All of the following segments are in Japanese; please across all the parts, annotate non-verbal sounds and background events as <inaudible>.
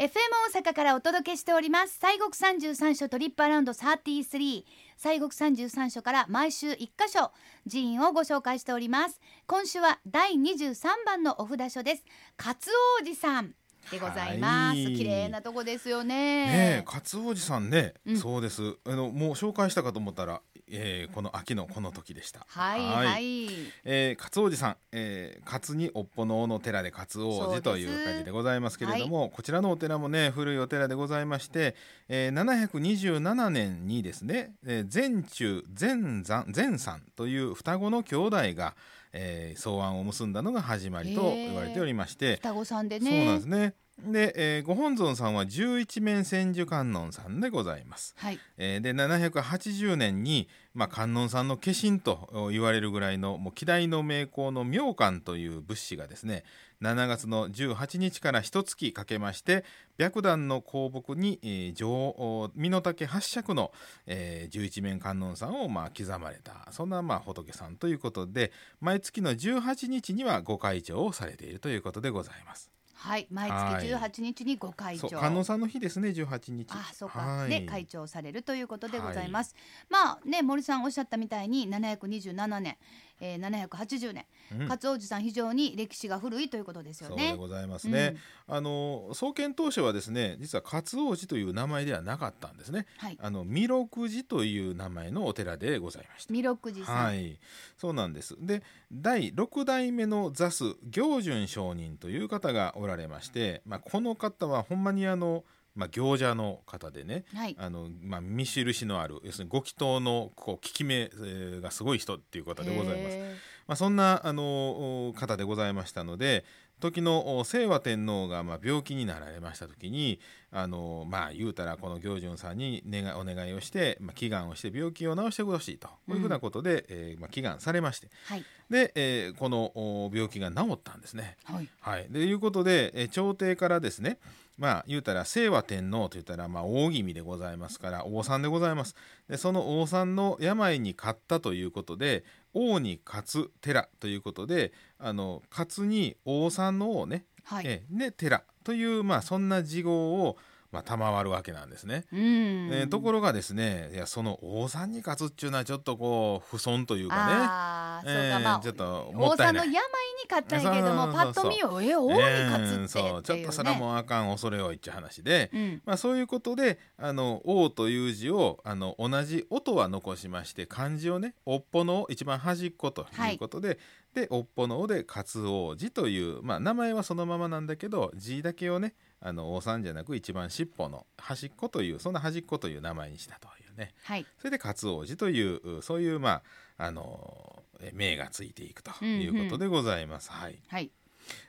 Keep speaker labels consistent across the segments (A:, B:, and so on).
A: FM 大阪からお届けしております西国三十三所トリップアラウンド33西国三十三所から毎週一箇所寺院をご紹介しております今週は第23番のお札所です勝王寺さんでございます、
B: はい
A: 綺麗なとこですよ
B: ねえ
A: ね
B: カツオジさんね、
A: うん
B: そうですあのもう紹介したかと思ったら、えーこの秋のこの時でした
A: はいはい、
B: えー、勝王寺さん、えー、勝におっぽの尾の寺で勝王寺
A: そう
B: と
A: で
B: い
A: す
B: う感じでございますけれども、こちらのお寺もね古いお寺でございまして、えー、727年にですね、えー、全中全山全山という双子の兄弟が、えー、草案を結んだのが始まりと言われておりまして、
A: 双子さんで
B: そうなん
A: ね
B: ですね。で、えー、ご本尊さんは十一面千手観音さんでございます。
A: はい
B: えーで780年に、まあ、観音さんの化身とお言われるぐらいのもう希代の名工の妙観という物資がですね7月の18日から一月かけまして白檀の香木に、えー上お身の丈八尺の、えー、十一面観音さんを、まあ、刻まれたそんな、まあ、仏さんということで毎月の18日にはご開帳をされているということでございます。
A: はい毎
B: は
A: 月
B: い
A: 十八日にご会
B: そう
A: 長
B: 観音さんの日ですね18日。
A: あそうか。
B: はい
A: で会長されるということでございます。まあね森さんおっしゃったみたいに727年、えー、780年、
B: うん
A: 勝王寺さん非常に歴史が古いということですよ
B: そうで
A: ね。
B: ございますね。あの創建当初はですね、実は勝王寺という名前ではなかったんですね。
A: はい。
B: あの弥勒寺という名前のお寺でございました。
A: 弥勒寺さん。
B: はい、そうなんです。で、第六代目の座主行順上人という方がおられまして、まあこの方はほんまにあのまあ行者の方でね。
A: はい。
B: あのまあ、見印のある要するにご祈祷のこう効き目えーがすごい人っていう方でございます。
A: へ
B: まあ、そんなあのお方でございましたので時のお清和天皇がまあ病気になられました時にあのまあ言うたらこの行順さんに願いお願いをして、まあ、祈願をして病気を治してほしいとこういうふうなことで、えーまあ、祈願されまして
A: ー。はい。
B: で、えーこのお病気が治ったんですね。
A: はい。
B: はい、でいうことで、えー朝廷からですねまあ言うたら清和天皇と言ったらまあ大君でございますから王さんでございますでその王さんの病に勝ったということで王に勝つ寺ということであの勝に王さんの王ね、
A: はい。
B: えーで寺というまあそんな事号をまあ賜るわけなんですね。
A: う
B: え
A: ん。
B: ーところがですねいやその王さんに勝つっていうのはちょっとこう不損というかね。
A: ああ、
B: え
A: そうか
B: ー
A: まあ。
B: ちょっとも
A: 王
B: った
A: さ
B: い
A: んの
B: な
A: 病
B: い
A: に勝ったんやけども、
B: そう
A: パ
B: そ
A: ッ
B: うそう
A: と見よう、え、王に勝つって
B: うんそう
A: って
B: ちょ
A: いう
B: っと
A: ね。
B: それはもうあかん恐れ多いっちゅう話で、
A: うん。
B: まあ、そういうことで「あの王」という字をあの同じ音は残しまして漢字をね「おっぽの尾」一番端っこということで、で「おっぽの尾」で「勝王寺」という、まあ、名前はそのままなんだけど字だけをねあの王さんじゃなく一番尻尾の端っこというそんな端っこという名前にしたというね
A: はい。
B: それで勝王寺といううそういうまああのえ名がついていくということでございます。はい
A: はい。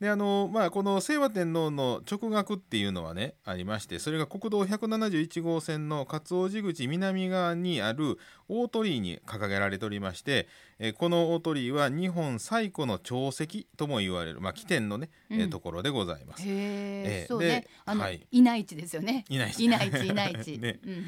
B: であのまあ、この清和天皇の直学っていうのはねありましてそれが国道171号線の勝王寺口南側にある大鳥居に掲げられておりまして、えーこの大鳥居は日本最古の長石とも言われる、まあ、起点のね、えー
A: うん
B: ところでございます。
A: へえ
B: え。ー
A: そうね
B: で。
A: あの
B: はい
A: いないちですよね。
B: いないです
A: いないち、いないち。
B: <laughs> ね
A: うんうん。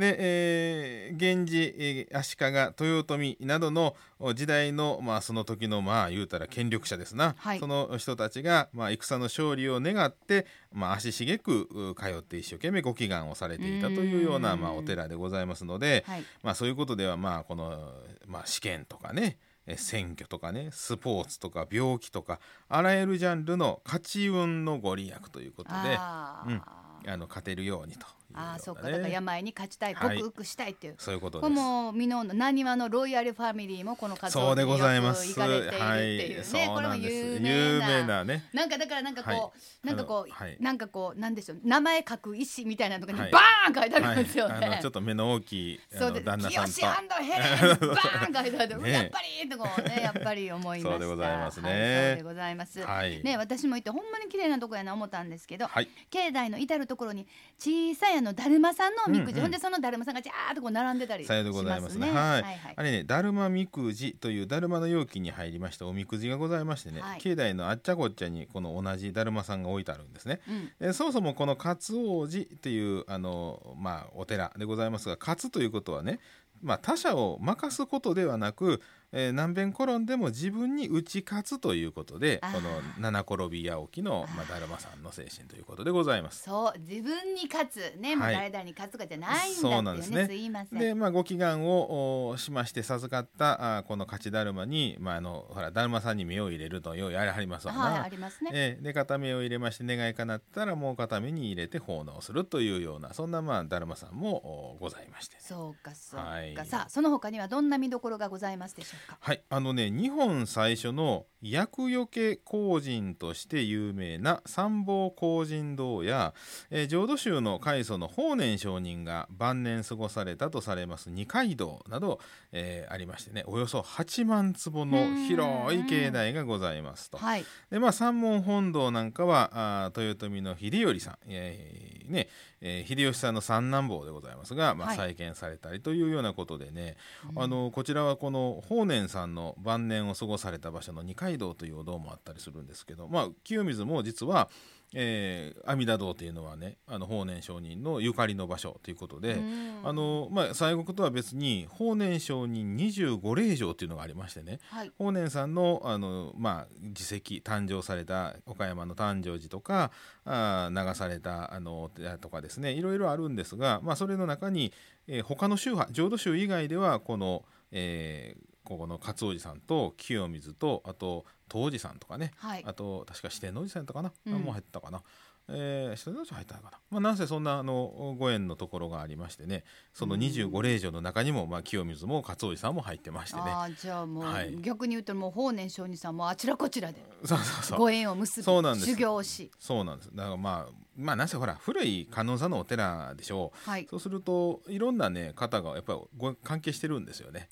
B: で、えー源氏、えー足利豊臣などのお時代の、まあ、その時のまあ言うたら権力者ですな、
A: はい
B: その人たちが、まあ、戦の勝利を願って、まあ、足しげくう通って一生懸命ご祈願をされていたというような
A: うん
B: まあ、お寺でございますので、
A: はい。
B: まあ、そういうことでは、まあ、この、まあ、試験とかねえー選挙とかねスポーツとか病気とかあらゆるジャンルの勝ち運のご利益ということであ
A: あ
B: うん
A: あ
B: の勝てるようにというようなね、
A: ああ、そうか、だから病に勝ちたい、
B: はい
A: 克服したいっていう。
B: そういうこと
A: こ
B: で
A: れ
B: す。
A: もミノーのなにわのロイヤルファミリーもこの活
B: そ
A: 動
B: うで
A: によ
B: ご
A: く
B: ざいます。
A: 行かれているっていうね、
B: そ
A: こ
B: う
A: れ
B: な
A: も
B: んです
A: 有名な
B: 有名な
A: <laughs>
B: ね。
A: なんかだからなんかこう、
B: は
A: なんかこう、
B: あのはい
A: なんかこうなんでしょう名前書く意思みたいなのとかに
B: はい
A: バーン書いてあるんですよね。
B: はいあのちょっと目の大きいあ
A: そう
B: の
A: です。
B: 旦那さん
A: 清ア
B: と。
A: ンドヘレンバーン書いてある。
B: <laughs> ね
A: やっぱりとこう
B: <laughs>
A: ねやっぱり思いました。
B: そうでございますね
A: はいそうでございます。
B: はい
A: ね私も行ってほんまに綺麗なとこやな思ったんですけど、
B: はい。
A: 境内の至る所に小さいあのだるまさんのおみくじ、
B: うんうん
A: ほんでそのだるまさんがじゃーっとこう並んでたりし
B: さようでござい
A: ま
B: ますす
A: ね。
B: ね。はい。
A: はいはい
B: あれね、だるまみくじというだるまの容器に入りましたおみくじがございましてね、
A: はい
B: 境内のあっちゃこっちゃにこの同じだるまさんが置いてあるんですね。
A: うん
B: えーそもそもこの勝王寺っていうあの、まあ、お寺でございますが勝つということはね、まあ、他者を任すことではなくえー南弁コロンでも自分に打ち勝つということで
A: あー
B: この七転び八起きのまあだるまさんの精神ということでございます。
A: そう自分に勝つね、もう
B: はい
A: 誰々に勝つとかじゃないんだっていうね
B: そうなんですね
A: いません
B: で、まあ、ご祈願をおしまして授かったあーこの勝ちだるまに、まあ、あのほらだるまさんに目を入れるとようやりはりますわな、
A: はいありますね、
B: ええで片目を入れまして願いかなったらもう片目に入れて奉納するというようなそんなまあだるまさんもおございまして、
A: そうかそうか、
B: はい
A: さあその他にはどんな見どころがございますでしょうか
B: はい、あのね日本最初の厄除け工人として有名な三宝工人堂や、えー浄土宗の開祖の法然上人が晩年過ごされたとされます二階堂など、えーありましてねおよそ8万坪の広い境内がございますと。
A: はい
B: でまあ三門本堂なんかはあー豊臣の秀頼さん、えーねえー秀吉さんの三男坊でございますが、ま
A: は
B: あ、
A: い
B: 再建されたりというようなことでね、あのこちらはこの法然さんの晩年を過ごされた場所の二階堂というお堂もあったりするんですけど、まあ、清水も実は、えー阿弥陀堂というのはねあの法然上人のゆかりの場所ということで。
A: うん
B: あのまあ、西国とは別に法然上人25令嬢というのがありましてね、
A: はい
B: 法然さんのあの、まあ、自責誕生された岡山の誕生寺とかあー流されたあのお寺とかですねいろいろあるんですが、まあ、それの中に、えー他の宗派浄土宗以外ではこの、えーここの勝王寺さんと清水とあと東寺さんとかね
A: はい
B: あと確か四天王寺さんとかな、
A: うん
B: あもう入ったかな、えー、四天王寺入ったのかな、まあ、なんせそんなあのご縁のところがありましてねその25令嬢の中にも、まあ、清水も勝王寺さんも入ってましてね
A: ああじゃあもう、
B: はい
A: 逆に言うともう法然上人さんもあちらこちらで
B: そうそうそう
A: ご縁を結
B: そうなん
A: ぶ
B: です
A: 修行をし
B: そうなんですだからまあまあなんせほら古い観音さんのお寺でしょう
A: はい、
B: そうするといろんなね方がやっぱりご関係してるんですよね、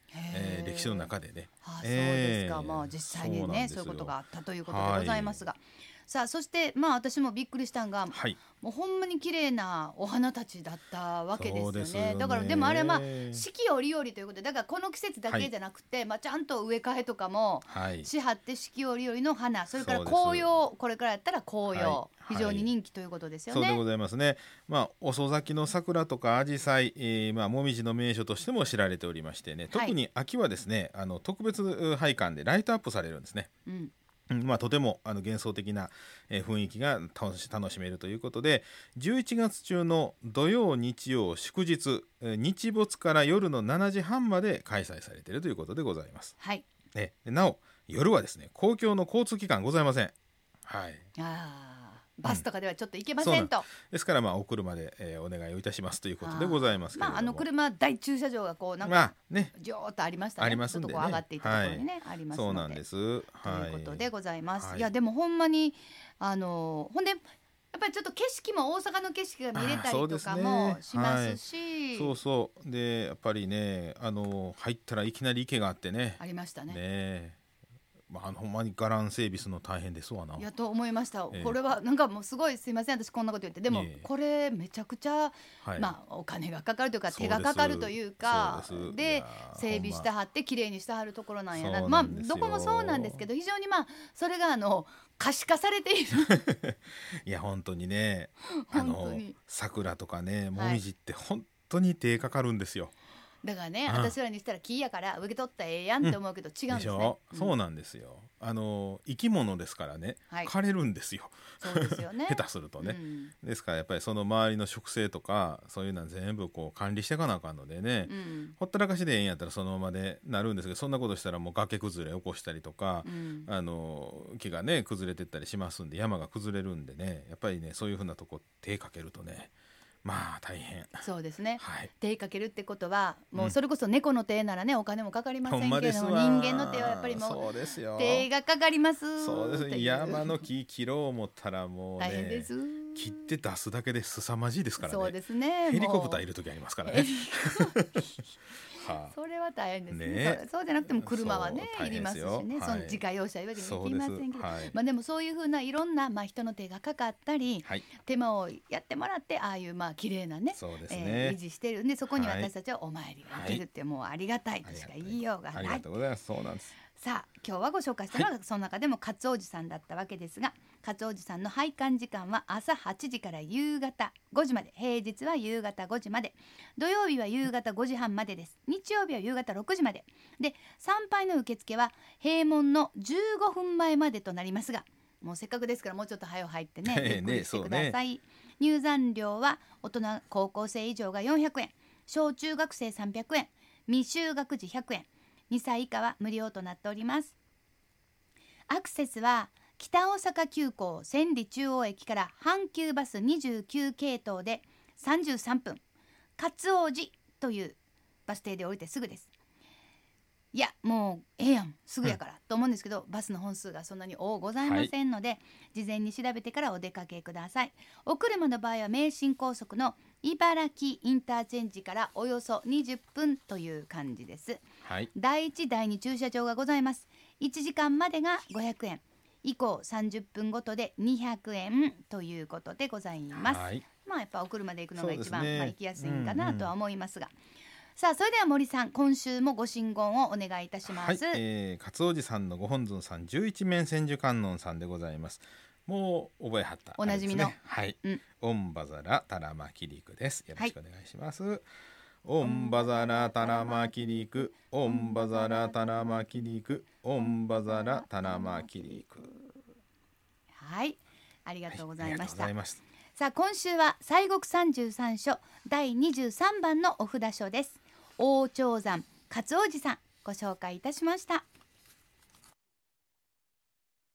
A: へ
B: えー歴史の中でね
A: ああそうですか、
B: えー
A: まあ実際に
B: そうなん
A: ね
B: です
A: そう
B: よ
A: いうことがあったということでございますが、さあそしてまあ私もびっくりしたんが
B: はい
A: もうほんまに綺麗なお花たちだったわけですよ
B: そう
A: ね
B: ですよね
A: だからでもあれはまあ四季折々ということでだからこの季節だけじゃなくて、まあちゃんと植え替えとかも
B: はい
A: しはって四季折々の花それから
B: そうです
A: 紅葉これからやったら紅葉、
B: はい
A: 非常に人気ということですよ
B: そう
A: ね。
B: でございますね。まあ遅咲きの桜とか紫陽花、えーまあモミジの名所としても知られておりましてね、
A: はい
B: 特に秋はですね、あの特別拝観でライトアップされるんですね。
A: うん
B: うんまあ、とてもあの幻想的な、えー雰囲気が楽し楽しめるということで11月中の土曜日曜祝日、えー日没から夜の7時半まで開催されているということでございます、
A: はい
B: ね、でなお夜はですね公共の交通機関ございません、はい、
A: あーバスとかではちょっと行けませんと、
B: ですからまあお車で、えーお願いをいたしますということでございますけれども
A: まああの車大駐車場がこうなんか
B: まあね
A: じょーっとありましたね。
B: ありますんでね
A: ちょっとこう上がっていったところにね、ありますので。。
B: そうなんですす
A: ということでございます。、
B: はいい
A: やでもほんまにあのーほんでやっぱりちょっと景色も大阪の景色が見れた
B: あーそう
A: り
B: で
A: と
B: すね
A: かもしますし、
B: そうそうでやっぱりねあの入ったらいきなり池があってね
A: ありました
B: ね
A: ね。
B: え、まあ、あのほんまにガラン整備するの大変ですわな。
A: いやと思いました、
B: ええ
A: これはなんかもうすごいすいません私こんなこと言ってでも
B: いえいえ
A: これめちゃくちゃ、
B: はい、
A: まあお金がかかるというか
B: そうで
A: 手
B: す
A: がかかるというか
B: そうですい
A: で
B: やー
A: 整備してはって綺麗にしてはるところなんやな
B: そう
A: まあ
B: なんです
A: ど
B: よ
A: こもそうなんですけど非常にまあそれがあの可視化されている
B: いや本当
A: <laughs>
B: にねあ
A: 本当
B: の
A: に
B: 桜とかね
A: はい
B: もみじって本当に手かかるんですよ。
A: だからね、
B: うん
A: 私らにしたら木やから受け取ったらええやんって思うけど、違うんで
B: ですし
A: ね
B: ょ、。そううんなんですよ。あの生き物ですからね、
A: はい
B: 枯れるんですよ。
A: そうですよね。
B: 下手するとね。
A: うん
B: ですからやっぱりその周りの植生とかそういうのは全部こう管理していかなあかんのでね、
A: うん
B: ほったらかしでええんやったらそのままでなるんですけどそんなことしたらもう崖崩れ起こしたりとか
A: う、ん
B: あの木がね崩れてったりしますんで山が崩れるんでねやっぱりねそういうふうなとこ手かけるとねまあ大変
A: そうですね。
B: はい
A: 手かけるってことはもううんそれこそ猫の手ならねお金もかかりませ
B: ほん
A: んけ
B: ま
A: れ
B: です
A: ども、
B: わ
A: 人間の手はやっぱりも
B: そうです
A: う
B: よ
A: 手がかかります
B: そうです
A: っていう
B: 山の木切ろう思ったらもうね
A: 大変です
B: 切って出すだけで凄まじいですからね
A: そうですね
B: ヘリコプターい
A: る
B: る時ありますからね <laughs> はあ
A: それは大変ですね
B: ね
A: そうそうじゃなくても車はね
B: そう
A: いりますし
B: 大変
A: ね、
B: ですよ
A: その
B: はい
A: 自家用車いうわけに
B: そ
A: もいうき
B: で
A: ますせんけど
B: はい、
A: まあでもそういうふうないろんな、まあ、人の手がかかったり、
B: はい、
A: 手間をやってもらってああいうまあ綺麗なね
B: そうです
A: えー維
B: ね、
A: 持してるんでそこに
B: はい
A: 私たちはお参りができるって、もうありがたいとしか言いようが
B: あ
A: ない
B: りがとうございますそうなんです
A: ささあ今日はご紹介したのは、その中でも勝おじさんだったわけですが勝おじさんの拝観時間は朝8時から夕方5時まで平日は夕方5時まで土曜日は夕方5時半までです日曜日は夕方6時までで参拝の受付は閉門の15分前までとなりますがもうせっかくですからもうちょっと早う入ってね
B: <laughs> ええ
A: ゆっくり
B: ね
A: して
B: そう
A: く
B: ね
A: ださい、入山料は大人高校生以上が400円小中学生300円未就学児100円2歳以下は無料となっておりますアクセスは北大阪急行千里中央駅から阪急バス29系統で33分勝王寺というバス停で降りてすぐですいやもうええやんすぐやから、と思うんですけどバスの本数がそんなに多うございませんので、事前に調べてからお出かけくださいお車の場合は名神高速の茨城インターチェンジからおよそ20分という感じです
B: はい
A: 第1第2駐車場がございます1時間までが500円以降30分ごとで200円ということでございます、
B: はい
A: まあやっぱお車で行くのが一
B: そう
A: 番、
B: ですね
A: まあ行きやすいんかな
B: うんうん
A: とは思いますが、さあそれでは森さん今週もご神言をお願いいたします、
B: はい、えー、勝おじさんのご本尊さん十一面千手観音さんでございます。もう覚えはった。
A: おなじみの
B: あれです
A: う
B: ねはい、
A: ん
B: オンバザラタラマキリクです。よろしくお願いします。オンバザラタラマキリク、オンバザラタラマキリク、オンバザラタラマキリク。
A: はいありが
B: あ
A: とうございました、
B: りがとうございました。
A: さあ今週は西国三十三所第二十三番のお札書です王長山勝王寺さんご紹介いたしました